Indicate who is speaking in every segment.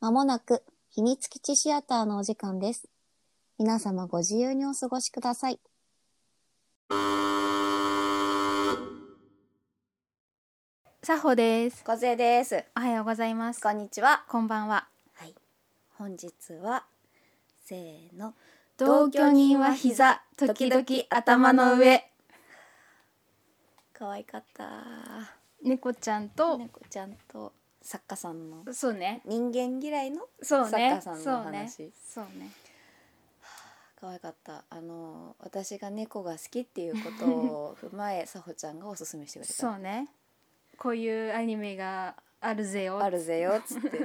Speaker 1: まもなく秘密基地シアターのお時間です。皆様ご自由にお過ごしください。
Speaker 2: さほです。
Speaker 3: 小勢です。
Speaker 2: おはようございます。
Speaker 3: こんにちは。
Speaker 2: こんばんは。
Speaker 3: 本日はせーの。
Speaker 2: 同居人は膝、時々頭の上。
Speaker 3: 可愛かった。
Speaker 2: 猫ちゃんと、
Speaker 3: 猫ちゃんと作家さんの
Speaker 2: そうね。
Speaker 3: 人間嫌いの
Speaker 2: そうね。
Speaker 3: 作家さんの
Speaker 2: そうね
Speaker 3: 話。
Speaker 2: そうね。
Speaker 3: 可愛かった。あの私が猫が好きっていうことを踏 まえ、さほちゃんがおすすめしてくれた。
Speaker 2: そうね。こういうアニメがあるぜよ。
Speaker 3: あるぜよっつっ て。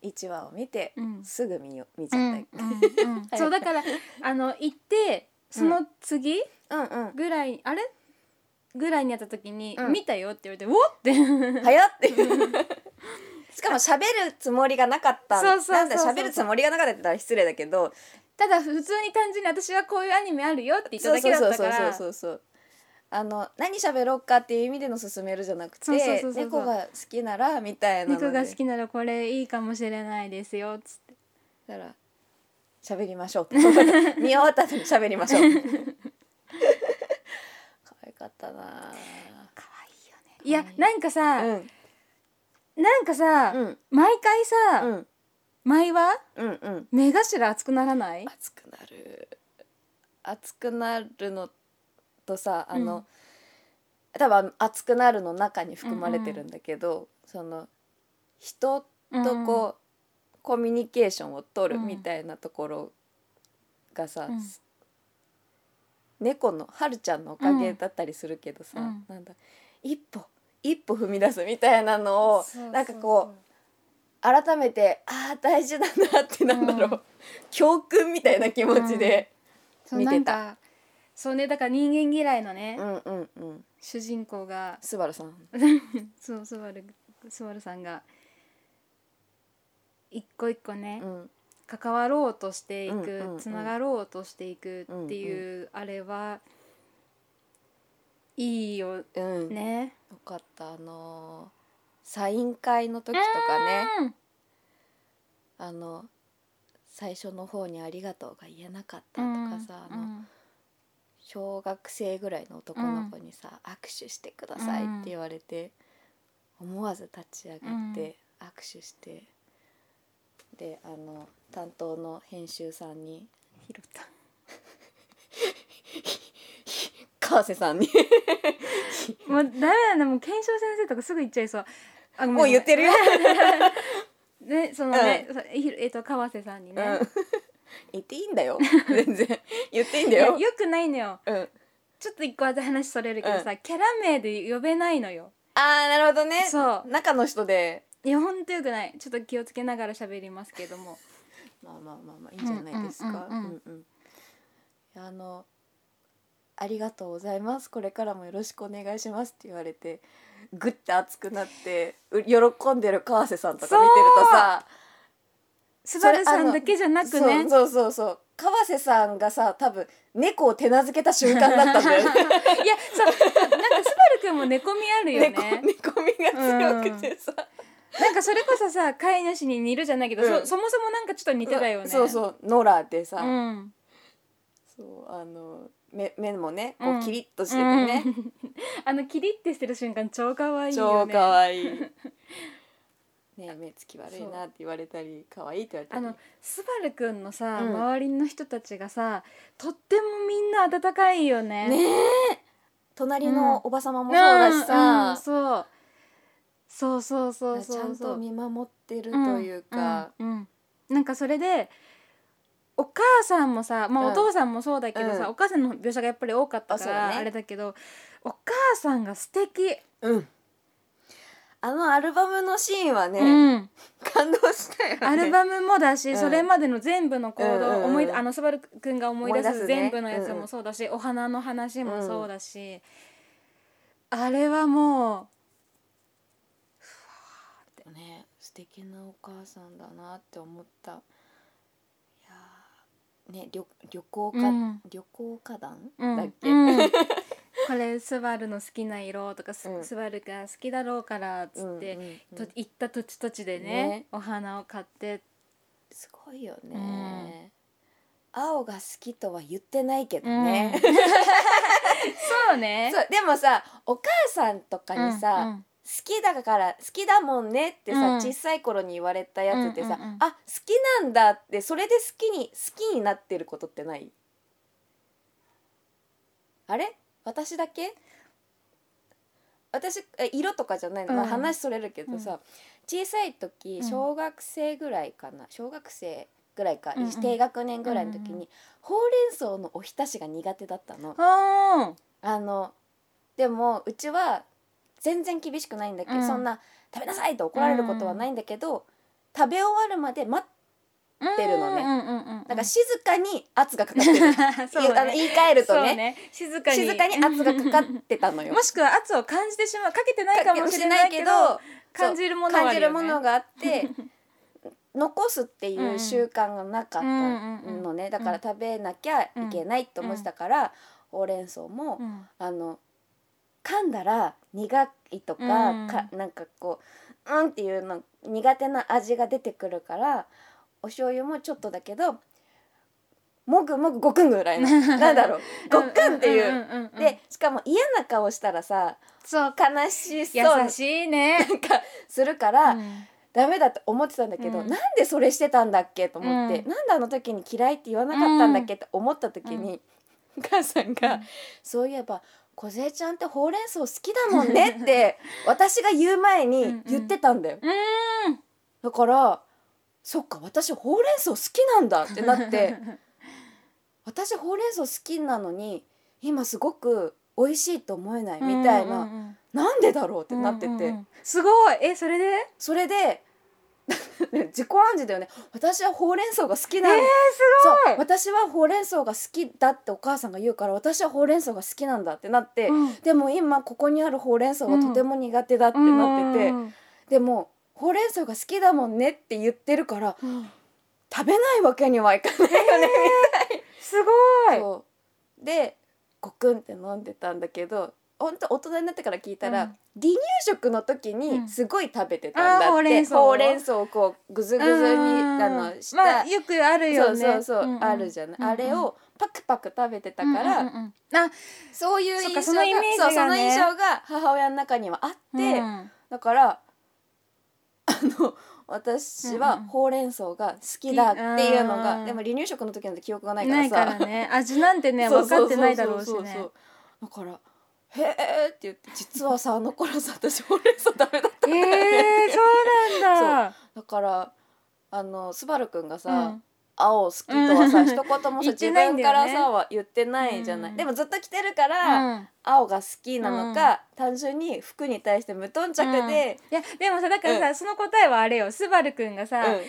Speaker 3: 一話を見て、
Speaker 2: うん
Speaker 3: すぐ見よ見ち
Speaker 2: うん。
Speaker 3: ゃ
Speaker 2: う
Speaker 3: っ
Speaker 2: ん。うん そうだからあの行ってその次
Speaker 3: た。うんうん。
Speaker 2: ぐらいあれぐらいにやった時に
Speaker 3: うん
Speaker 2: 見たよって言われておっ って。
Speaker 3: 早っって しかも喋るつもりがなかった
Speaker 2: そうそうそうそう
Speaker 3: なんだ喋るつもりがなかったって言ったら失礼だけど
Speaker 2: ただ普通に単純に私はこういうアニメあるよって言った
Speaker 3: そう
Speaker 2: だけ
Speaker 3: そう
Speaker 2: だ
Speaker 3: そ
Speaker 2: っ
Speaker 3: う
Speaker 2: た
Speaker 3: そ
Speaker 2: か
Speaker 3: うそうそ
Speaker 2: ら。
Speaker 3: うそうあの何喋ろうかっていう意味での勧めるじゃなく
Speaker 2: そうそうそう
Speaker 3: て
Speaker 2: そうそう
Speaker 3: 猫が好きならみたいなので
Speaker 2: 肉が好きならこれいいかもしれないですよつって
Speaker 3: だから喋りましょう 見終わった後に喋りましょ う可愛かったな
Speaker 2: 可愛いよねいやなんかさ、
Speaker 3: ぁうん
Speaker 2: なんかさ、
Speaker 3: うん
Speaker 2: 毎回さ、
Speaker 3: うん
Speaker 2: 毎話
Speaker 3: うんうん
Speaker 2: 目頭熱くならない
Speaker 3: 熱くなる熱くなるのとさあの、
Speaker 2: うん
Speaker 3: 多分熱くなるの中に含まれてるんだけど、その人とこう、コミュニケーションを取る
Speaker 2: うん
Speaker 3: みたいなところがさ、
Speaker 2: うん
Speaker 3: 猫のはるちゃんのおかげだったりするけどさ、
Speaker 2: うん
Speaker 3: なんだ一歩一歩踏み出すみたいなのをなんかこう改めてああ大事だなってなんだろう、
Speaker 2: うん
Speaker 3: 教訓みたいな気持ちで、
Speaker 2: そう
Speaker 3: 見てた
Speaker 2: なんかそうねだから人間嫌いのね、
Speaker 3: うん、うんうん
Speaker 2: 主人公が
Speaker 3: スバルさん
Speaker 2: そうスバルスバルさんが一個一個ね、
Speaker 3: うん
Speaker 2: 関わろうとしていく、
Speaker 3: うんうん
Speaker 2: つながろうとしていくっていう、あれはいいよ
Speaker 3: うん、
Speaker 2: ね。
Speaker 3: よかったあのーサイン会の時とかね
Speaker 2: うん
Speaker 3: あの最初の方に「ありがとう」が言えなかったとかさ、
Speaker 2: うん
Speaker 3: あの小学生ぐらいの男の子にさ、握手してくださいって言われて、思わず立ち上がって握手して、であの担当の編集さんに
Speaker 2: 拾った
Speaker 3: 川瀬さんに
Speaker 2: もうダメだねもう検証先生とかすぐ言っちゃいそうあ
Speaker 3: もう言ってるよ、
Speaker 2: ねそのね、さひろえっ、と川瀬さんに
Speaker 3: う
Speaker 2: ね、
Speaker 3: ん、言っていいんだよ全然言っていいんだ
Speaker 2: いや
Speaker 3: よ。
Speaker 2: よくないのよ
Speaker 3: うん
Speaker 2: ちょっと一個話それるけどさ、キャラ名で呼べないのよ
Speaker 3: あーなるほどね
Speaker 2: そう
Speaker 3: 中の人で
Speaker 2: いやほんとよくないちょっと気をつけながら喋りますけども
Speaker 3: まあまあまあまあいいんじゃないですかう
Speaker 2: う
Speaker 3: んん
Speaker 2: うんうん
Speaker 3: うんいやあの「ありがとうございますこれからもよろしくお願いします」って言われてグッて熱くなってう喜んでる川瀬さんとか見てるとさ
Speaker 2: スバルさんだけじゃなくね
Speaker 3: そうそうそうそう川瀬さんがさ多分猫を手なずけた瞬間だったんだよね
Speaker 2: いやそうなんかスバルくんも猫みある よ
Speaker 3: 猫
Speaker 2: ね
Speaker 3: 猫みが強くてさ、
Speaker 2: なんかそれこそさ飼い主に似るじゃないけど、
Speaker 3: うん
Speaker 2: そそもそもなんかちょっと似てたよね
Speaker 3: そうそうノラでさ、
Speaker 2: うん
Speaker 3: そうあの目目もね
Speaker 2: う
Speaker 3: こ
Speaker 2: ん
Speaker 3: うキリッとしててね、
Speaker 2: うん、あのキリってしてる瞬間超可愛いよ
Speaker 3: 超
Speaker 2: ね
Speaker 3: 可愛い ねえ目つき悪いなって言われたり可愛いって言われた
Speaker 2: あ
Speaker 3: り
Speaker 2: のスバルくんのさ、
Speaker 3: うん
Speaker 2: 周りの人たちがさとってもみんな温かいよね
Speaker 3: ねえ隣のおばさまも
Speaker 2: う
Speaker 3: そうんだしさ、
Speaker 2: うんそうそうそうそうそう
Speaker 3: ちゃんと見守ってるというか、
Speaker 2: うんうんうんなんかそれでお母さんもさ、まあ、
Speaker 3: うん
Speaker 2: お父さんもそうだけどさ、
Speaker 3: うん
Speaker 2: お母さんの描写がやっぱり多かった
Speaker 3: あ
Speaker 2: か
Speaker 3: そうだ
Speaker 2: ら
Speaker 3: ね
Speaker 2: あれだけどお母さんが素敵、
Speaker 3: うんあのアルバムのシーンはね、
Speaker 2: うん
Speaker 3: 感動したよね
Speaker 2: アルバムもだし、
Speaker 3: うん
Speaker 2: それまでの全部の行
Speaker 3: うんうんう
Speaker 2: 動
Speaker 3: ん
Speaker 2: 思い出あのスバルくんが思い出
Speaker 3: 思い出
Speaker 2: す
Speaker 3: すね
Speaker 2: 全部のやつもそうだし、お花の話もそうだし、あれはも
Speaker 3: ね素敵なお母さんだなって思ったいやーね旅旅行家、
Speaker 2: うん
Speaker 3: 旅行家団、
Speaker 2: う、うん
Speaker 3: だっけ、
Speaker 2: うんこれスバルの好きな色とか、す
Speaker 3: うん
Speaker 2: スバルが好きだろうからっつって、
Speaker 3: うんうんうん
Speaker 2: と行った土地土地でね
Speaker 3: ね
Speaker 2: お花を買って
Speaker 3: すごいよ
Speaker 2: う
Speaker 3: ね
Speaker 2: ん、
Speaker 3: 青が好きとは言ってないけど ね、
Speaker 2: うんそうね
Speaker 3: そうでもさお母さんとかにさ、
Speaker 2: うんうん
Speaker 3: 好きだから好きだもんねってさ、
Speaker 2: うん
Speaker 3: 小さい頃に言われたやつってさ、
Speaker 2: うんうんうん
Speaker 3: あ好きなんだってそれで好きに好きになってることってないあれ私だけ私え色とかじゃないの、まあ
Speaker 2: うん
Speaker 3: 話それるけどさ、小さい時
Speaker 2: うん
Speaker 3: 小学生ぐらいかな、小学生ぐらいか、
Speaker 2: うんうん
Speaker 3: 低学年ぐらいの時に、
Speaker 2: うんうんうん
Speaker 3: ほうれん草のおひたしが苦手だったの。
Speaker 2: あ
Speaker 3: あのでもうちは全然厳しくないんだけど、
Speaker 2: うん
Speaker 3: そんな「食べなさい!」と怒られることはないんだけど、食べ終わるまで待っ
Speaker 2: ー
Speaker 3: ってるのね
Speaker 2: うんうんうんうん
Speaker 3: なんか静かに圧がかかってる、
Speaker 2: そう
Speaker 3: あの
Speaker 2: ね
Speaker 3: 言い換えると
Speaker 2: そう
Speaker 3: ね
Speaker 2: ね静かに
Speaker 3: 静かに圧がかかってたの よ。
Speaker 2: もしくは圧を感じてしまうかけてないかもしれないけど感じるも
Speaker 3: そう
Speaker 2: のは
Speaker 3: 感
Speaker 2: あ
Speaker 3: じ
Speaker 2: る
Speaker 3: る
Speaker 2: よ、ね、
Speaker 3: ものがあ って残すっていう習慣がなかった
Speaker 2: うん
Speaker 3: のねだから食べなきゃいけないと思ってたからほうれん草も
Speaker 2: うん
Speaker 3: あの噛んだら苦いとか,、
Speaker 2: うん
Speaker 3: かなんかこううんっていうの苦手な味が出てくるからお醤油もちょっとだけどもぐもぐごくんぐらい のなんだろうごっくんっていう。
Speaker 2: んんんうん
Speaker 3: でしかも嫌な顔したらさ
Speaker 2: そう
Speaker 3: 悲しそう
Speaker 2: 優
Speaker 3: な
Speaker 2: しいね
Speaker 3: んかするから、
Speaker 2: うん
Speaker 3: ダメだと思ってたんだけど、
Speaker 2: うん
Speaker 3: なんでそれしてたんだっけと思って、
Speaker 2: うん
Speaker 3: なんであの時に嫌いって言わなかったんだっけって思った時に、お母さんが、
Speaker 2: うん
Speaker 3: そういえば「梢ちゃんってほうれん草好きだもんね」って 私が言う前に言ってたんだよ。
Speaker 2: うん
Speaker 3: だからそっか私ほうれん草好きなんだってなって 私ほうれん草好きなのに今すごく美味しいと思えないみたいな、
Speaker 2: うんうんうん
Speaker 3: なんでだろうってなってて、
Speaker 2: うんうんうんすごいえそれで
Speaker 3: それで 自己暗示だよね私はほうれん草が好きなんだ、
Speaker 2: ごい
Speaker 3: そう私はほうれん草が好きだってお母さんが言うから私はほうれん草が好きなんだってなって、
Speaker 2: うん
Speaker 3: でも今ここにあるほうれん草がとても苦手だってなってて、
Speaker 2: うん
Speaker 3: でもほうれん草が好きだもんねって言ってるから
Speaker 2: うんうん
Speaker 3: 食べないわけにはいかないよね、
Speaker 2: すごい
Speaker 3: そうでごくんって飲んでたんだけど本当大人になってから聞いたら、
Speaker 2: うん
Speaker 3: 離乳食の時
Speaker 2: う
Speaker 3: に
Speaker 2: ん
Speaker 3: すごい食べてたんだって、
Speaker 2: あーほうれん草を
Speaker 3: ほうれん草をこうぐずぐずにあのした、
Speaker 2: まあよくある
Speaker 3: そ
Speaker 2: よ
Speaker 3: う
Speaker 2: ね
Speaker 3: そうそう、
Speaker 2: んん
Speaker 3: あるじゃない、あれをパクパク食べてた
Speaker 2: う
Speaker 3: か
Speaker 2: んうん
Speaker 3: ら、
Speaker 2: うんうんあ
Speaker 3: そういう印象が
Speaker 2: そっかそのイメージがね
Speaker 3: そうその印象が母親の中にはあって、
Speaker 2: うん
Speaker 3: だからあの私
Speaker 2: うん
Speaker 3: は
Speaker 2: うん
Speaker 3: ほうれん草が好きだっていうのが、
Speaker 2: うん
Speaker 3: でも離乳食の時なんて記憶がないから
Speaker 2: な
Speaker 3: さ
Speaker 2: いからね味なんてね
Speaker 3: そう
Speaker 2: 分
Speaker 3: そ
Speaker 2: か
Speaker 3: うそうそう
Speaker 2: ってないだろうし
Speaker 3: そう
Speaker 2: ね
Speaker 3: そうだから「へえ」って言って実はさあの頃さ私ほうれん草ダメだった
Speaker 2: え
Speaker 3: んだよね、
Speaker 2: ーそうなんだ
Speaker 3: だからあのスバルくんがさ、
Speaker 2: うん
Speaker 3: 青好きとはさ、
Speaker 2: うん
Speaker 3: 一言もさ
Speaker 2: 言っ
Speaker 3: 自
Speaker 2: てないん
Speaker 3: 分
Speaker 2: だ
Speaker 3: か
Speaker 2: よね
Speaker 3: らさは言ってないじゃない、
Speaker 2: うん
Speaker 3: でもずっと着てるから、
Speaker 2: うん
Speaker 3: 青が好きなのか、単純に服に対して無頓着で、
Speaker 2: いやでもさだからさ、その答えはあれよスバルくんが
Speaker 3: う
Speaker 2: さ、
Speaker 3: ん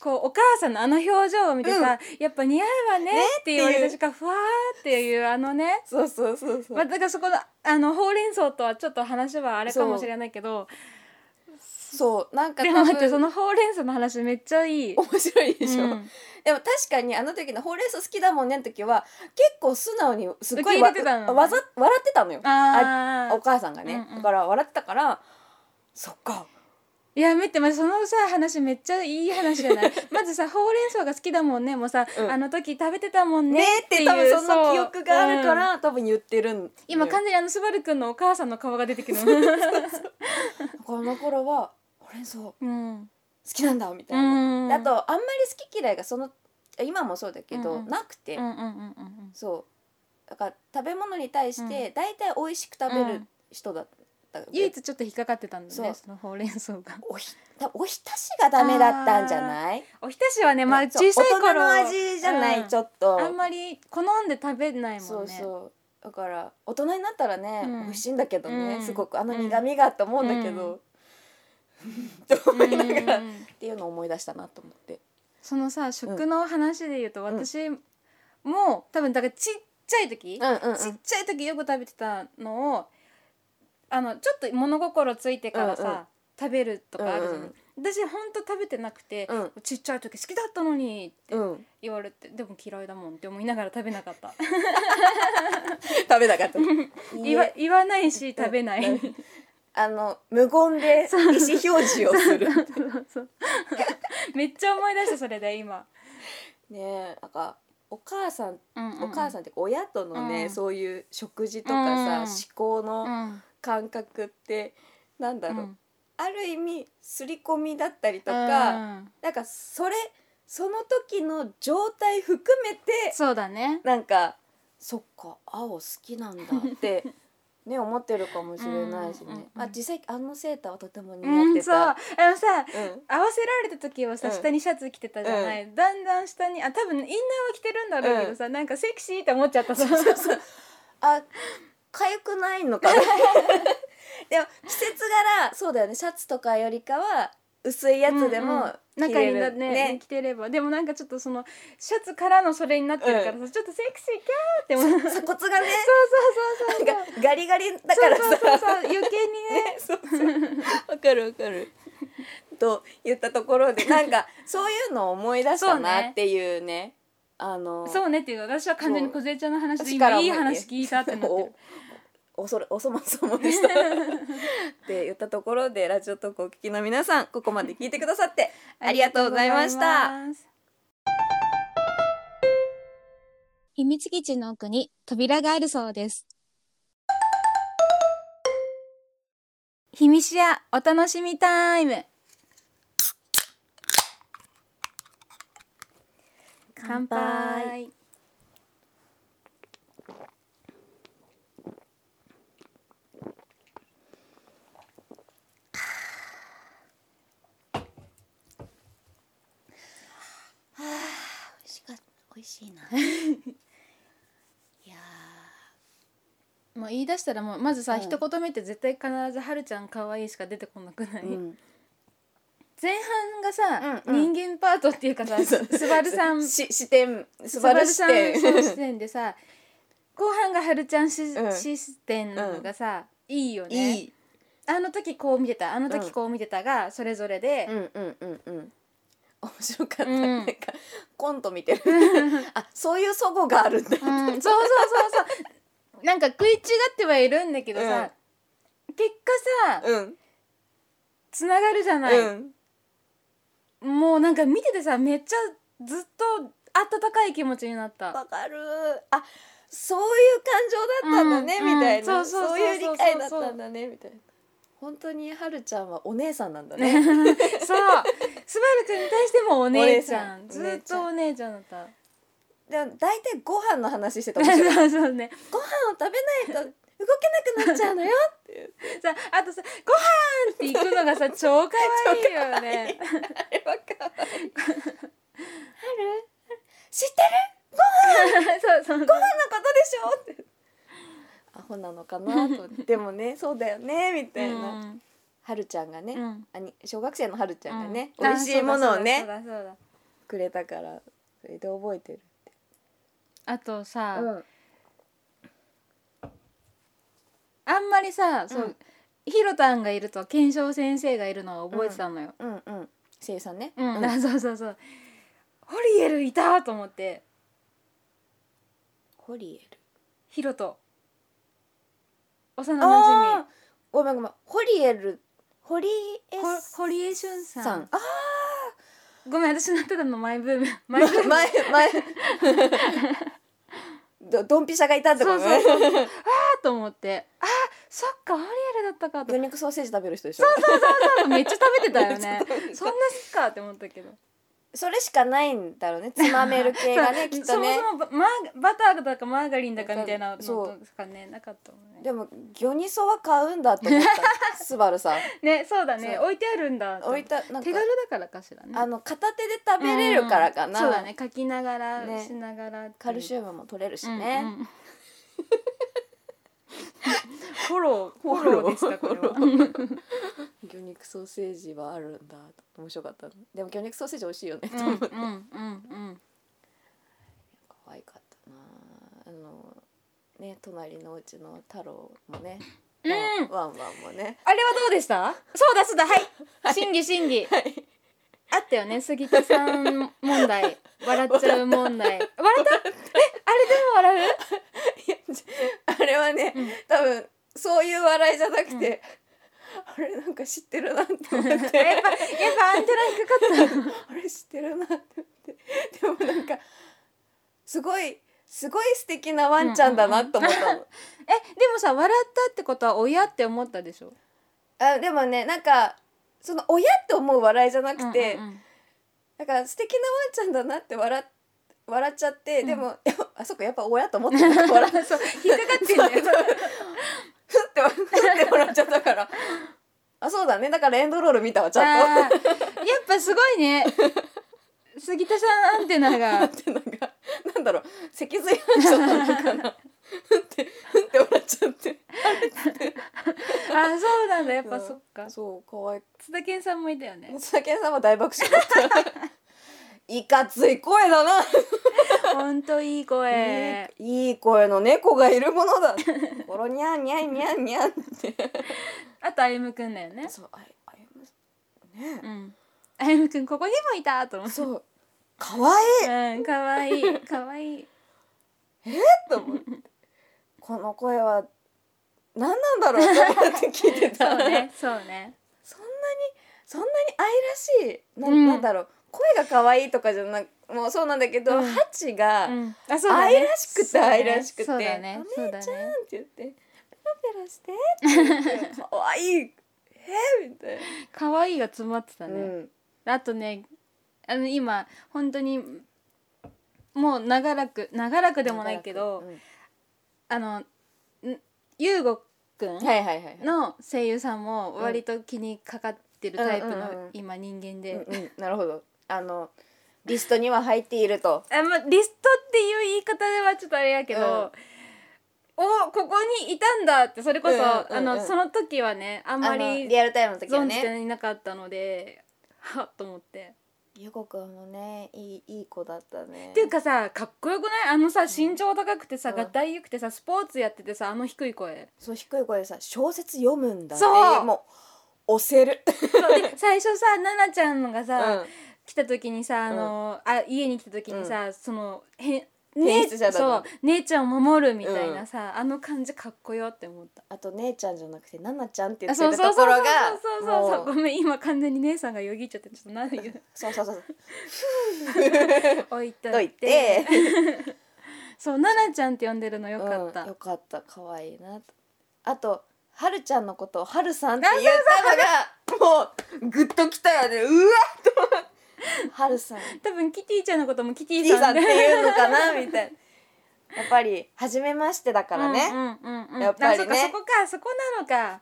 Speaker 2: こうお母さんのあの表情を見てさ、やっぱ似合うわねって言われた時間ふわーっていうあのね
Speaker 3: そうそうそうそう、
Speaker 2: まあ、だからそこのあのほうれん草とはちょっと話はあれかもしれないけど
Speaker 3: そうなんか
Speaker 2: で
Speaker 3: 多
Speaker 2: も
Speaker 3: 分
Speaker 2: 待ってそのほうれん草の話めっちゃいい。
Speaker 3: 面白いでしょ、
Speaker 2: うん
Speaker 3: でも確かにあの時のほうれん草好きだもんねの時は結構素直にすっごい
Speaker 2: 受け
Speaker 3: わ
Speaker 2: 入れてたのね
Speaker 3: わざ笑ってたのよ
Speaker 2: あ
Speaker 3: お
Speaker 2: あ
Speaker 3: 母さんがね、
Speaker 2: うんうん
Speaker 3: だから笑ってたからそっか
Speaker 2: いや見てまそのさ話めっちゃいい話じゃない まずさほうれん草が好きだもんねもうさ、
Speaker 3: うん
Speaker 2: あの時食べてたもんね
Speaker 3: ね
Speaker 2: っ
Speaker 3: って
Speaker 2: い
Speaker 3: て
Speaker 2: う
Speaker 3: 多分そんな記
Speaker 2: そう
Speaker 3: 憶があるか
Speaker 2: うん
Speaker 3: ら、多分言ってるんだよ
Speaker 2: 今完全にあのスバルくんのお母さんの顔が出てきてる
Speaker 3: この頃はほうれん草好
Speaker 2: うん
Speaker 3: きなんだみたいな、
Speaker 2: うん
Speaker 3: あとあんまり好き嫌いがその今もそうだけど、
Speaker 2: うんうん
Speaker 3: なくて、
Speaker 2: うんうんうんうん
Speaker 3: そうだから食べ物に対して大体美味しく食べる人だったわけ、
Speaker 2: 唯一ちょっと引っかかってたんだ
Speaker 3: そう
Speaker 2: ねそのほうれん草が
Speaker 3: おひたおひたしがダメだったんじゃない
Speaker 2: おひたしはねまあ
Speaker 3: そう
Speaker 2: 小さい
Speaker 3: 大人
Speaker 2: 頃
Speaker 3: の味じゃない、
Speaker 2: うん
Speaker 3: ちょっと
Speaker 2: あんまり好んで食べないもんね
Speaker 3: そうそうだから大人になったらね、
Speaker 2: うん
Speaker 3: 美味しいんだけどね、
Speaker 2: うん
Speaker 3: すごくあの苦味がって思うんだけど、 と思いながら、
Speaker 2: う
Speaker 3: っ
Speaker 2: ん
Speaker 3: ていうのを思い出したなと思って
Speaker 2: そのさ食の話で言うと
Speaker 3: ん
Speaker 2: 私も多分だからちっちゃい時、
Speaker 3: うんうんうん
Speaker 2: ちっちゃい時よく食べてたのをあのちょっと物心ついてからさ、
Speaker 3: うんうん
Speaker 2: 食べるとかあるじゃない、
Speaker 3: うんうん
Speaker 2: 私ほんと食べてなくて、
Speaker 3: うん
Speaker 2: ちっちゃい時好きだったのにって
Speaker 3: うん
Speaker 2: 言われて、でも嫌いだもんって思いながら食べな かった
Speaker 3: 食べなか った
Speaker 2: 言わ言わないし食べない、
Speaker 3: うんあの無言で意思表示をす る
Speaker 2: そうそうめっちゃ思い出したそれで今、
Speaker 3: ねえなんかお母さん
Speaker 2: うんうん、
Speaker 3: お母さんって親とのね、
Speaker 2: うん
Speaker 3: そういう食事とかさ、
Speaker 2: うん
Speaker 3: 思考の
Speaker 2: ん
Speaker 3: 感覚ってなんだろう、
Speaker 2: うん
Speaker 3: ある意味刷り込みだったりとか、
Speaker 2: うん
Speaker 3: なんかそれその時の状態含めて
Speaker 2: そうだね
Speaker 3: なんかそっか青好きなんだって ね思ってるかもしれないしね、
Speaker 2: うんうんうん
Speaker 3: まあ実際あのセーターはとても似
Speaker 2: う
Speaker 3: 合っ
Speaker 2: ん
Speaker 3: て
Speaker 2: そうあ
Speaker 3: た。
Speaker 2: のさ
Speaker 3: うん
Speaker 2: 合わせられた時はさ、
Speaker 3: うん
Speaker 2: 下にシャツ着てたじゃない、だんだん下にあ多分インナーは着てるんだろうけどさ、なんかセクシーって思っちゃったそうそうそう
Speaker 3: あ痒くないの かなでも季節柄そうだよねシャツとかよりかは薄いやつでも着
Speaker 2: 中
Speaker 3: れ
Speaker 2: に
Speaker 3: る、
Speaker 2: だね着てればでもなんかちょっとそのシャツからのそれになってるからさ、ちょっとセクシーキャーって思うそうそう
Speaker 3: 鎖骨がね
Speaker 2: そうそう
Speaker 3: なんかガリガリだからさ
Speaker 2: そうそうそう余計 にね
Speaker 3: そうそうわかるわかると言ったところでなんかそういうのを思い出した
Speaker 2: そう
Speaker 3: な
Speaker 2: ね
Speaker 3: っていうねあの
Speaker 2: そうねっていうか私は完全に小杖ちゃんの話で
Speaker 3: 私
Speaker 2: 今
Speaker 3: から
Speaker 2: い
Speaker 3: 思い
Speaker 2: い話聞いたってなってる
Speaker 3: おおそれおそもそも でしたって言ったところでラジオトークをお聞きの皆さんここまで聞いてくださ ってありがとうございました。
Speaker 1: 秘密基地の奥に扉があるそうです。
Speaker 2: ひみしやお楽しみタイム乾杯
Speaker 3: 美味しか美味しいないや
Speaker 2: もう言い出したらもうまずさ、
Speaker 3: うん
Speaker 2: 一言目って絶対必ず「はるちゃん可愛いしか出てこなくない、
Speaker 3: ーうん
Speaker 2: 前半がさ、
Speaker 3: うんうん
Speaker 2: 人間パートっていう かさすすばるさん
Speaker 3: し視点ス
Speaker 2: す
Speaker 3: バル
Speaker 2: ばる
Speaker 3: 視
Speaker 2: さん
Speaker 3: 点
Speaker 2: そう視点でさ後半がはるちゃんし、
Speaker 3: うん
Speaker 2: システムなのがさ、いいよね
Speaker 3: いい
Speaker 2: あの時こう見てたあの時こう見てたがそれぞれで、
Speaker 3: うんうんうんうん面白かった、
Speaker 2: うん
Speaker 3: なんかコント見てる あそういう齟齬があるんだ、
Speaker 2: う んそうそうそうそうなんか食い違ってはいるんだけどさ、結果さ
Speaker 3: うん
Speaker 2: つながるじゃない、
Speaker 3: うん
Speaker 2: もうなんか見ててさめっちゃずっと温かい気持ちになった
Speaker 3: わかるあそういう感情だったんだね、
Speaker 2: うんうん
Speaker 3: みたいな、
Speaker 2: そうそうそうそう
Speaker 3: いう理解だったんだねみたいな本当にはるちゃんはお姉さんなんだ
Speaker 2: ね
Speaker 3: ね
Speaker 2: そうスバルくんに対してもお姉ちゃん
Speaker 3: お姉
Speaker 2: ず
Speaker 3: さん
Speaker 2: っとお姉ちゃんだった
Speaker 3: でも大体ご飯の話してたもんね
Speaker 2: そうそうね
Speaker 3: ご飯を食べないと動けなくなっち ゃうのよ
Speaker 2: さあとさ「ご飯って行くのがさ超可愛いよね
Speaker 3: あれわか んない知ってる
Speaker 2: そうそ
Speaker 3: ご飯のこ
Speaker 2: う
Speaker 3: とでしょってアホなのかなと でもねそうだよねみたいな、
Speaker 2: うん
Speaker 3: はるちゃんがね、
Speaker 2: うん
Speaker 3: あに小学生のはるちゃんがね、
Speaker 2: うん
Speaker 3: 美味しいものを
Speaker 2: あそう
Speaker 3: ね
Speaker 2: だそうだそうだ
Speaker 3: くれたからそれで覚えてる、
Speaker 2: あとさ、
Speaker 3: うん
Speaker 2: あんまりさそう、
Speaker 3: うん
Speaker 2: ひろたんがいると賢章先生がいるのを覚えてたのよ。
Speaker 3: うんうん声優さんね、
Speaker 2: うん、
Speaker 3: うん
Speaker 2: そうそうそう。ホリエルいたと思って
Speaker 3: ホリエル
Speaker 2: ひろと幼
Speaker 3: あ
Speaker 2: な
Speaker 3: あごめんごめんホリエルホリエ
Speaker 2: じみホホリエシュンさん
Speaker 3: さんあ
Speaker 2: ごめん私のただのマイブ ームマイブーム
Speaker 3: 前前 どドンピシャがいたってことね
Speaker 2: そうそうそうあーと思ってあーそっかホリエルだったかと
Speaker 3: 魚
Speaker 2: 思っ
Speaker 3: 肉ソーセージ食べる人でしょ
Speaker 2: てめっちゃ食べてたよ
Speaker 3: めっ
Speaker 2: ね
Speaker 3: ちゃ食べてた
Speaker 2: そんな好きかって思ったけど
Speaker 3: それしかないんだろうねつまめる系がねきっ
Speaker 2: そ
Speaker 3: と
Speaker 2: も
Speaker 3: ね
Speaker 2: そもバ,、マーバターだかマーガリンだかみたいなの
Speaker 3: そう
Speaker 2: とかねなかったもんね
Speaker 3: でも魚肉ソは買うんだって思ったスバル さん
Speaker 2: ねそうだね
Speaker 3: そう
Speaker 2: 置いてあるんだ
Speaker 3: 置いたなんか
Speaker 2: 手軽だからかしらね
Speaker 3: あの片手で食べれるからかな、
Speaker 2: うんそうだね書きながら、
Speaker 3: ね
Speaker 2: しながらっていう
Speaker 3: カルシウムも取れるし
Speaker 2: うんうん
Speaker 3: ね、
Speaker 2: フォローフォローでしたこれは
Speaker 3: フォロー 魚肉ソーセージはあるんだ面白かったねでも魚肉ソーセージ美味しいよね、
Speaker 2: うん
Speaker 3: と
Speaker 2: う
Speaker 3: 思
Speaker 2: ん
Speaker 3: って
Speaker 2: うん
Speaker 3: 可愛かったなあのね隣のうちの太郎もね
Speaker 2: うん
Speaker 3: ワンワンもね
Speaker 2: あれはどうでしたそうだそうだ はい、審議審議、
Speaker 3: はい
Speaker 2: あったよね杉田さん問題笑っちゃう問題笑ったえあれでも笑
Speaker 3: いやじゃあれはね、
Speaker 2: うん
Speaker 3: 多分そういう笑いじゃなくて、あれなんか知ってるなって思っ
Speaker 2: うやっぱや っぱ
Speaker 3: て
Speaker 2: アンテナ引っかかっ
Speaker 3: あれ知ってるなって思ってで もなんかすごいすごい素敵なワンちゃんだなと思ったの、
Speaker 2: たえでもさ笑ったってことは親って思ったでしょ
Speaker 3: あでもねなんかその親って思う笑いじゃなくて、
Speaker 2: うんうんうん
Speaker 3: なんか素敵なワンちゃんだなって笑っ笑っちゃって、
Speaker 2: うん
Speaker 3: でもやっぱあそこやっぱ親と思ってたから笑っ
Speaker 2: そう引っかかってんだよ
Speaker 3: ふってふって笑っちゃったからあそうだねだからエンドロール見たわち
Speaker 2: あ
Speaker 3: ゃんと。
Speaker 2: ーやっぱすごいね杉田さんアンテナ
Speaker 3: な
Speaker 2: が
Speaker 3: んてなんかなんだろう脊髄反射なのかなふんってふんって笑っちゃって
Speaker 2: あそうなんだやっぱそっか
Speaker 3: そうかわい
Speaker 2: 津田健さんもいたよね
Speaker 3: い津田健さんは大爆笑だったいかつい声だな、
Speaker 2: ほんといい声
Speaker 3: いい声の猫がいるものだコロニャンニャンニャンニャンって
Speaker 2: あと歩夢くんだよね
Speaker 3: そうあれあれむね
Speaker 2: う、ん歩夢くんここにもいたと思って
Speaker 3: そうかわいい
Speaker 2: うんかわいいかわいい
Speaker 3: と思ってこの声は何なんだろうと思って聞いて
Speaker 2: そ
Speaker 3: た
Speaker 2: うねそうね
Speaker 3: そんなにそんなに愛らしいな,、
Speaker 2: うん
Speaker 3: ん、なんだろう声が可愛いとかじゃなくもうそうなんだけど、
Speaker 2: うん
Speaker 3: ハチが、
Speaker 2: う
Speaker 3: なん
Speaker 2: んあそうだね
Speaker 3: 愛らしくて愛らしくて
Speaker 2: そうだねそうだね
Speaker 3: て言って「ペロペロして」って言って「可愛いえー、みたい
Speaker 2: かわいいが詰まってた
Speaker 3: な、
Speaker 2: ね、
Speaker 3: うん、
Speaker 2: あとねあの今本当にもう長らく長らくでもないけど、
Speaker 3: う
Speaker 2: あのんゆうごく
Speaker 3: ん
Speaker 2: ん
Speaker 3: はいはいはいはい
Speaker 2: の声優さんも割と気にかかってるタイプ
Speaker 3: うんうんうんう
Speaker 2: の
Speaker 3: ん
Speaker 2: 今人間で、
Speaker 3: うんうんなるほどあのリストには入っていると
Speaker 2: あまあ、リストっていう言い方ではちょっとあれやけど、おここにいたんだってそれこそ、
Speaker 3: うんうんうんうん
Speaker 2: あのその時はねあんま
Speaker 3: あの
Speaker 2: り
Speaker 3: リアルタイムの時は
Speaker 2: 存じ
Speaker 3: ね
Speaker 2: ていなかったので はっと思って。
Speaker 3: ゆこくんもねいいいい子だったね
Speaker 2: っていうかさかっこよくないあのさ身長高くてさ
Speaker 3: うん
Speaker 2: がたいよくてさスポーツやっててさあの低い声
Speaker 3: そう低い声でさ小説読むんだって
Speaker 2: そう
Speaker 3: もう押せる、
Speaker 2: そうで最初さ奈々ちゃんのが
Speaker 3: う
Speaker 2: さ、
Speaker 3: ん
Speaker 2: 来た時にさあの、あ家に来た時にさ、そのへ
Speaker 3: 変
Speaker 2: ね
Speaker 3: 質者だと
Speaker 2: そう姉ちゃんを守るみたいなさ、あの感じかっこよって思った。
Speaker 3: あと姉ちゃんじゃなくてナナちゃんって言
Speaker 2: あ
Speaker 3: ってる
Speaker 2: そ
Speaker 3: と
Speaker 2: うそうそ
Speaker 3: こ
Speaker 2: う
Speaker 3: ろが
Speaker 2: そうそうそうそう
Speaker 3: も
Speaker 2: ごめん今完全に姉さんがよぎっちゃってちょっと何言 う
Speaker 3: そうそう そう
Speaker 2: 置いとい
Speaker 3: と
Speaker 2: て
Speaker 3: 言って
Speaker 2: そう奈々ちゃんって呼んでるのよ
Speaker 3: よ
Speaker 2: かった、
Speaker 3: よかった可愛いなとあとはるちゃんのことをはるさんって言ったのがもうグッときたよねうわっとはるさん
Speaker 2: 多分キティちゃんのこともキティ
Speaker 3: T
Speaker 2: さ
Speaker 3: さ
Speaker 2: ん
Speaker 3: んっていうのかなみたいなやっぱり初めましてだからね、
Speaker 2: うんうんうんうん、
Speaker 3: やっぱりね
Speaker 2: あそっかそこかそこなのか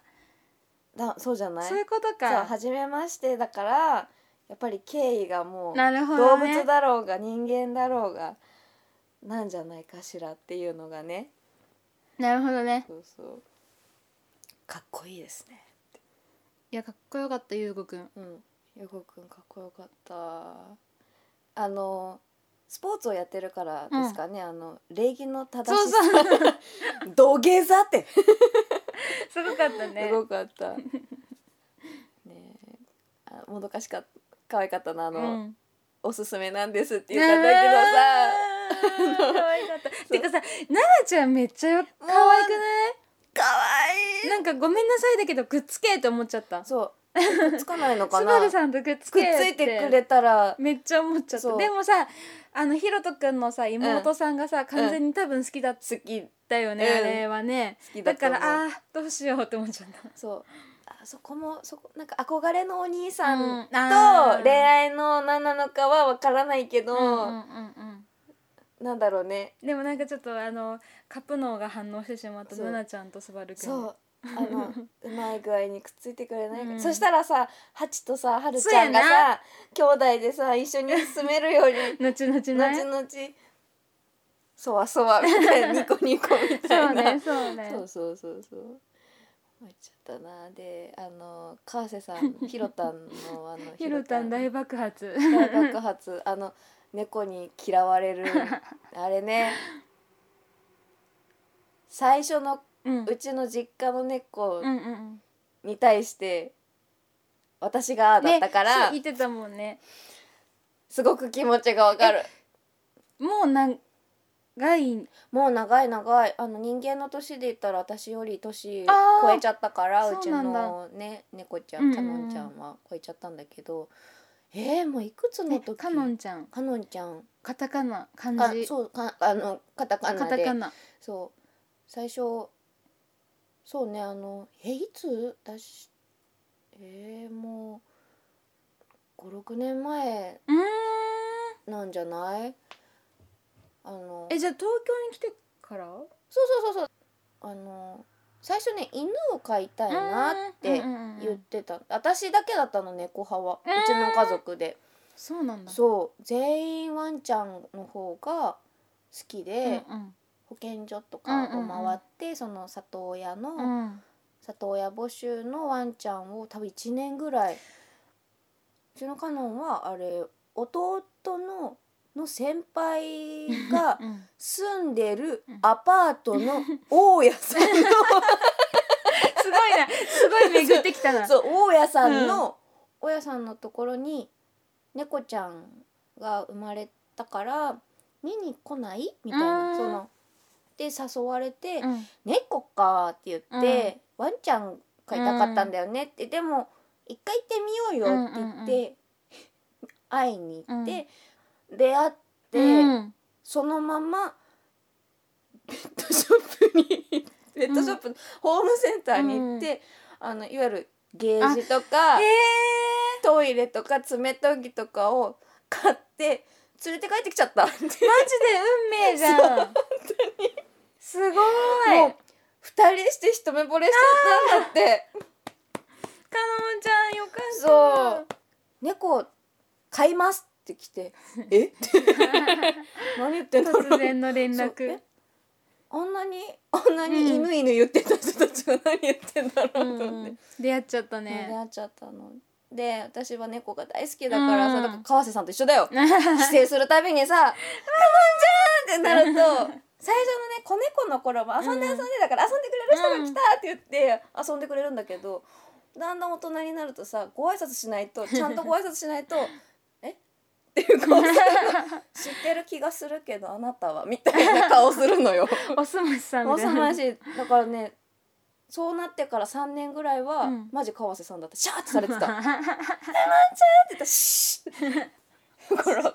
Speaker 3: だそうじゃない
Speaker 2: そういうこと
Speaker 3: そう
Speaker 2: か。
Speaker 3: 初めましてだからやっぱり敬意がもう
Speaker 2: なるほ
Speaker 3: 動
Speaker 2: どね。
Speaker 3: 物だろうが人間だろうがなんじゃないかしらっていうのがね
Speaker 2: なるほどね。
Speaker 3: そうそうかっこいいですね
Speaker 2: いやかっこよかったゆうごくん。
Speaker 3: うんゆうごくんかっこよかったあのスポーツをやってるからですかね、あの礼儀の正
Speaker 2: そう
Speaker 3: し
Speaker 2: そう。
Speaker 3: さ 土下座って、
Speaker 2: すごかったね
Speaker 3: す。ごか ったねえあもどかしかった可愛かったなあの、
Speaker 2: うん。
Speaker 3: おすすめなんですって言ったんだけどさ
Speaker 2: あー可愛か った。てかさ、奈々ちゃんめっちゃよ可愛くな
Speaker 3: 可愛い
Speaker 2: い？なんかごめんなさいだけどくっつけって思っちゃった。ス
Speaker 3: そうくっつかないの か
Speaker 2: バ
Speaker 3: な
Speaker 2: ルさんとくっつ
Speaker 3: く
Speaker 2: け
Speaker 3: っついてくれたら
Speaker 2: めっちゃ思っちゃっ
Speaker 3: そ
Speaker 2: た。
Speaker 3: う
Speaker 2: でもさ、あのひろとくんのさ妹さんがさ、完全に多分好きだっ
Speaker 3: 好き好
Speaker 2: たよね、
Speaker 3: うん
Speaker 2: あれはね。
Speaker 3: きだ
Speaker 2: だ
Speaker 3: と
Speaker 2: か
Speaker 3: 思
Speaker 2: ら
Speaker 3: う
Speaker 2: ああーどうしようって思っちゃった。
Speaker 3: そうあそこもそこなんか憧れのお兄さ
Speaker 2: うん
Speaker 3: んと
Speaker 2: あー
Speaker 3: 恋愛の何なのかはわからないけど、
Speaker 2: うんうんうんうん。
Speaker 3: なんだろうね
Speaker 2: でもなんかちょっとあのカプノーが反応してしまった
Speaker 3: そう
Speaker 2: ナナちゃんとスバルくん
Speaker 3: そうあのうまい具合にくっついてくれないか、
Speaker 2: うん
Speaker 3: そしたらさハチとさはるちゃんが
Speaker 2: そうや
Speaker 3: さ兄弟でさ一緒に住めるように
Speaker 2: 後々ね
Speaker 3: 後々そわそわみたいなニコニコみた
Speaker 2: そう
Speaker 3: いな
Speaker 2: ねそうね
Speaker 3: そうそうそうそう。思っちゃったな。で、あの川瀬さん、ひろたんのあの
Speaker 2: ひろたん大
Speaker 3: 大
Speaker 2: 爆発
Speaker 3: 爆発、あの猫に 嫌われるあれね。最初の
Speaker 2: うん
Speaker 3: うちの実家の猫
Speaker 2: うんうん
Speaker 3: に対して私があ
Speaker 2: う
Speaker 3: あ
Speaker 2: ん
Speaker 3: だったから、
Speaker 2: ね言ってたもんね
Speaker 3: すごく気持ちがわかる
Speaker 2: もうなん長い
Speaker 3: もう長い長いあの人間の年で言ったら私より年
Speaker 2: あー
Speaker 3: 超えちゃったからう
Speaker 2: そ
Speaker 3: ち
Speaker 2: うなんだ
Speaker 3: のね猫ちゃ
Speaker 2: う
Speaker 3: ん
Speaker 2: んうん
Speaker 3: かのんちゃんは超えちゃったんだけど、えー、もういくつの
Speaker 2: ね
Speaker 3: 時
Speaker 2: かのんちゃん
Speaker 3: かのんちゃん
Speaker 2: カタカナ漢
Speaker 3: あ
Speaker 2: 字
Speaker 3: そうかあのカタカ
Speaker 2: カ
Speaker 3: ナで
Speaker 2: タカナ
Speaker 3: そう最初そうねあのえいつ出しえー、もう56年前
Speaker 2: うーん
Speaker 3: なんじゃないあの
Speaker 2: えじゃあ東京に来てから
Speaker 3: そうそうそうそうあの最初ね犬を飼いたいなって
Speaker 2: うんうんうん
Speaker 3: 言ってた、私だけだったの猫派は、
Speaker 2: うん
Speaker 3: うちの家族で
Speaker 2: そうなんだ
Speaker 3: そう全員ワンちゃんの方が好きで、
Speaker 2: うん
Speaker 3: 保健所とかを
Speaker 2: うんうんうん
Speaker 3: 回って、その里親の、
Speaker 2: うんうん
Speaker 3: 里親募集のワンちゃんを多分1年ぐらいうちのカノンはあれ弟のの先輩が
Speaker 2: うん
Speaker 3: 住んでる
Speaker 2: うん
Speaker 3: アパートの大家さん
Speaker 2: すごいなすごい巡ってきたな
Speaker 3: のそう大家さんの、大家さんのところに猫ちゃんが生まれたから見に来ないみたいうなんそので誘われて、
Speaker 2: うん
Speaker 3: 猫かって言って、ワンちゃん飼いたかったんだよねって、でも一回行ってみようよって言って、
Speaker 2: うんう
Speaker 3: 会いに行って、出会って、
Speaker 2: うん
Speaker 3: そのままペットショップにペットショップのホームセンターに行って、あのいわゆるゲージとか
Speaker 2: へ
Speaker 3: トイレとか爪研ぎとかを買って連れて帰ってきちゃったって
Speaker 2: マジで運命じゃんすごい
Speaker 3: もう二人して一目惚れしちゃったんだって。
Speaker 2: かのんちゃんよかった
Speaker 3: そう猫飼いますって来て「え何言ってんだろう
Speaker 2: 突然の連
Speaker 3: そう
Speaker 2: 絡
Speaker 3: えあんなにあんなに犬犬言ってた人たちは何言ってんだろうと
Speaker 2: うん
Speaker 3: 思って、
Speaker 2: うん出会っちゃった
Speaker 3: 出
Speaker 2: ね
Speaker 3: 会っちゃったの。で私は猫が大好きだからさ、
Speaker 2: うん
Speaker 3: だから川瀬さんと一緒だよ 帰省するたびにさ「カモンちゃん!」ってな ると最初のね子猫の頃は遊んで遊んでだから遊んでくれる人が来たって言って遊んでくれるんだけどだんだん大人になるとさご挨拶しない とちゃんとご挨拶しないと「えっていう顔する の知ってる気がするけどあなたはみたいな顔するの よ。
Speaker 2: おすましさん
Speaker 3: もう
Speaker 2: みたい
Speaker 3: そ
Speaker 2: な
Speaker 3: うだしだからねそうなってから3年ぐらいは、
Speaker 2: うん
Speaker 3: マジ川瀬さんだったシャーってされてたなんて 言ったらシーッだからか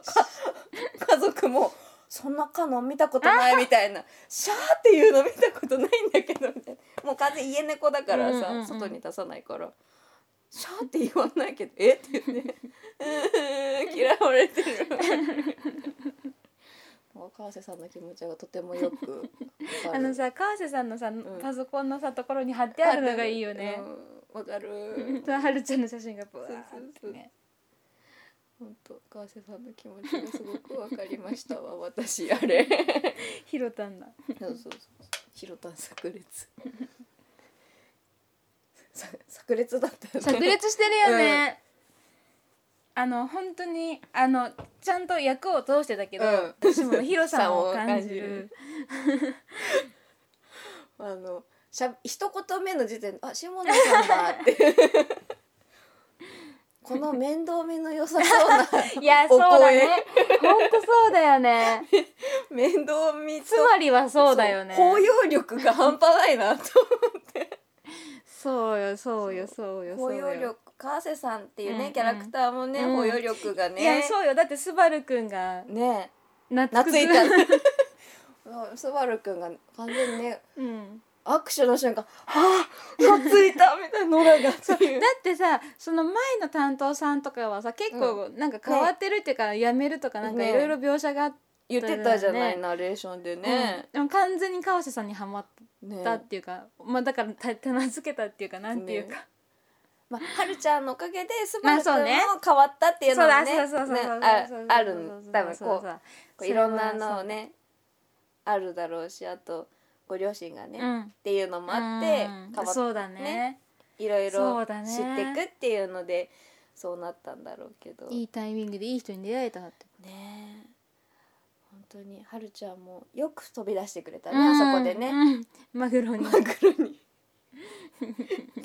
Speaker 3: 家族もそんなカノン見たことないみたいなシャーっていうの見たことないんだけどみたいなもう完全に家猫だからさ、
Speaker 2: うんうんうん
Speaker 3: 外に出さないからシャーって言わないけどえって言ってうーん嫌われてるもう川瀬さんの気持ちがとてもよくわかる
Speaker 2: あのさ川瀬さんのさ
Speaker 3: ん
Speaker 2: パソコンのさところに貼ってあるのがいいよね
Speaker 3: うん。わか る。
Speaker 2: はるちゃんの写真がブワーって
Speaker 3: そうそうそう
Speaker 2: ね
Speaker 3: 本当、川瀬さんの気持ちがすごくわかりましたわ、私あれ。
Speaker 2: ひろたんだ
Speaker 3: そうそうそう。ひろたん炸裂。 さ炸裂だったよ
Speaker 2: 炸
Speaker 3: ね。
Speaker 2: 裂してるよね、あの本当にあのちゃんと役を通してたけど、
Speaker 3: うん
Speaker 2: 私もヒロさんを感じる
Speaker 3: あの、しゃ、一言目の時点で、あ、下野さんだって。この面倒見の良さそうな
Speaker 2: いやそうだね本当そうだよね
Speaker 3: 面倒見と
Speaker 2: つまりはそうだよね
Speaker 3: そう包容力が半端ないなと
Speaker 2: そうよそうよそうよそ
Speaker 3: 包
Speaker 2: うよ
Speaker 3: 容力川瀬さんっていうね、
Speaker 2: うんうん
Speaker 3: キャラクターもね、
Speaker 2: うん
Speaker 3: 包容力がね
Speaker 2: いやそうよだってスバルくんが
Speaker 3: ね
Speaker 2: 懐
Speaker 3: 懐い
Speaker 2: く
Speaker 3: たうんスバルくんが完全にね
Speaker 2: うん
Speaker 3: 握手の瞬間「あー懐いた!」みたいなノラが ってい
Speaker 2: だ
Speaker 3: う
Speaker 2: ってさその前の担当さんとかはさ結構なんか変わってるっていうか、辞めるとかなんか
Speaker 3: ね
Speaker 2: いろいろ描写があって、
Speaker 3: 言ってたじゃない、ナレーションでね
Speaker 2: うん、でも完全に川瀬さんにはまっ
Speaker 3: ね
Speaker 2: たっていうか、まあだからた手なずけたっていうかなんていうか、
Speaker 3: まあ、はるちゃんのおかげでスバルくん
Speaker 2: まあそう
Speaker 3: も
Speaker 2: ね
Speaker 3: 変わったっていう
Speaker 2: そ
Speaker 3: の
Speaker 2: う
Speaker 3: も
Speaker 2: だ
Speaker 3: ね
Speaker 2: そうそうそうそう
Speaker 3: ねあ
Speaker 2: そうそうそう
Speaker 3: あるん多分
Speaker 2: そう
Speaker 3: こ
Speaker 2: そうう
Speaker 3: こういろんなのをねあるだろうしあとご両親がね、
Speaker 2: う
Speaker 3: っ
Speaker 2: ん
Speaker 3: ていうのもあって
Speaker 2: う
Speaker 3: 変
Speaker 2: ん
Speaker 3: わった
Speaker 2: そうだね
Speaker 3: ねいろい
Speaker 2: そ
Speaker 3: ろ
Speaker 2: うだね
Speaker 3: 知ってくっていうのでそうなったんだろうけど
Speaker 2: いいタイミングでいい人に出会えたって
Speaker 3: ねえ本当にはるちゃんもよく飛び出してくれたね、
Speaker 2: うん
Speaker 3: あそこでね、
Speaker 2: うんマグロに
Speaker 3: マグ ロに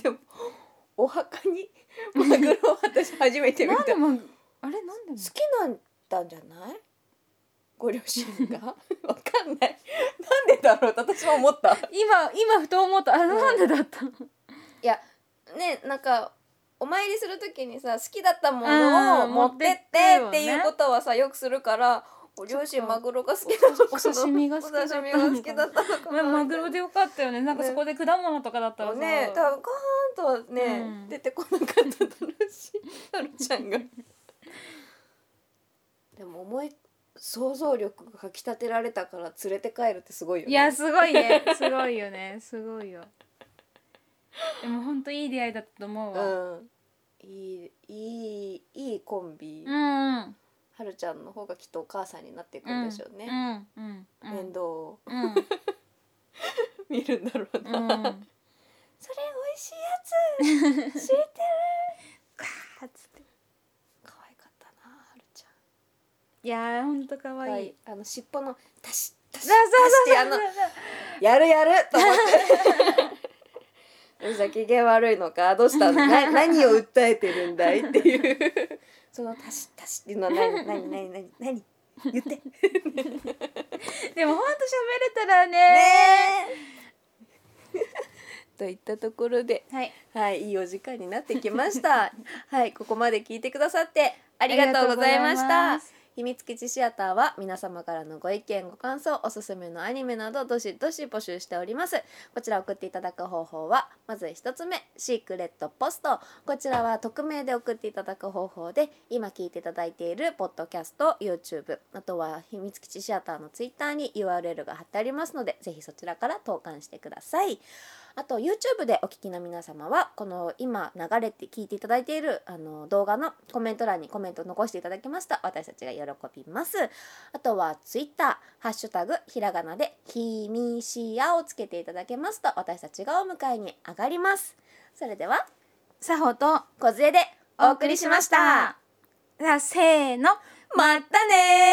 Speaker 3: でもお墓にマグロを私初めて見
Speaker 2: なん
Speaker 3: た
Speaker 2: で
Speaker 3: 好
Speaker 2: もあれなんでも
Speaker 3: きなんだんじゃないご両親が わかんないなんでだろうって私も思った
Speaker 2: 今今ふと思ったあなんでだったの
Speaker 3: いやねなんかお参りする時にさ好きだったも
Speaker 2: うん
Speaker 3: のを持ってって
Speaker 2: 持
Speaker 3: っ
Speaker 2: ってって
Speaker 3: て
Speaker 2: よね
Speaker 3: いうことはさよくするからお両
Speaker 2: そっ
Speaker 3: 親
Speaker 2: か
Speaker 3: マグロが好きなのかな
Speaker 2: お刺身が好きだったのか
Speaker 3: お刺
Speaker 2: な
Speaker 3: 身が好きだったのかな
Speaker 2: まマグロでよかったよねなんか
Speaker 3: ね
Speaker 2: そこで果物とかだったらさ、
Speaker 3: ね多分ガーンとはね、
Speaker 2: うん
Speaker 3: 出てこなかっただろうしハルちゃんがでも思い想像力がかきたてられたから連れて帰るってすごいよね
Speaker 2: いやすごいねすごいよねすごいよでもほんといい出会いだったと思うわ
Speaker 3: うんいいいいいいコンビ、
Speaker 2: うんうん
Speaker 3: はるちゃんの方がきっとお母さんになっていくんでしょう
Speaker 2: う
Speaker 3: ね、
Speaker 2: んうんうん
Speaker 3: 面倒を
Speaker 2: うん
Speaker 3: 見るんだろうな、
Speaker 2: うん
Speaker 3: それ美味しいやつ知ってる
Speaker 2: はっつって
Speaker 3: 可愛かったなはるちゃん
Speaker 2: いやーほんとかわ
Speaker 3: 可愛
Speaker 2: い
Speaker 3: い
Speaker 2: い
Speaker 3: あの尻尾のタシッタシッ
Speaker 2: そうそう
Speaker 3: タシッって
Speaker 2: そ
Speaker 3: あ
Speaker 2: うそ
Speaker 3: の
Speaker 2: う
Speaker 3: やるやると思って。じゃ機嫌悪いのかどう したのな何を訴えてるんだいっていうその「たし」「たし」っていうのは何何何何何言ってね
Speaker 2: でもほんと喋れたらね
Speaker 3: といったところで
Speaker 2: はい
Speaker 3: はいいいお時間になってきました はいここまで聞いてくださってありがとうございまし
Speaker 2: ありがとうございま
Speaker 3: た
Speaker 2: す
Speaker 3: 秘密基地シアターは皆様からのご意見ご感想おすすめのアニメなどどしどし募集しておりますこちら送っていただく方法はまず1つ目シークレットポストこちらは匿名で送っていただく方法で今聞いていただいているポッドキャスト YouTube あとは秘密基地シアターの Twitter に URL が貼ってありますのでぜひそちらから投函してくださいあと YouTube でお聞きの皆様はこの今流れて聞いていただいているあの動画のコメント欄にコメントを残していただきますと私たちが喜びますあとは Twitter「ハッシュタグひらがな」で「ひみしや」をつけていただけますと私たちがお迎えに上がりますそれでは
Speaker 2: さほと
Speaker 3: 小杖でお送りしました
Speaker 2: さあせーの
Speaker 3: またねー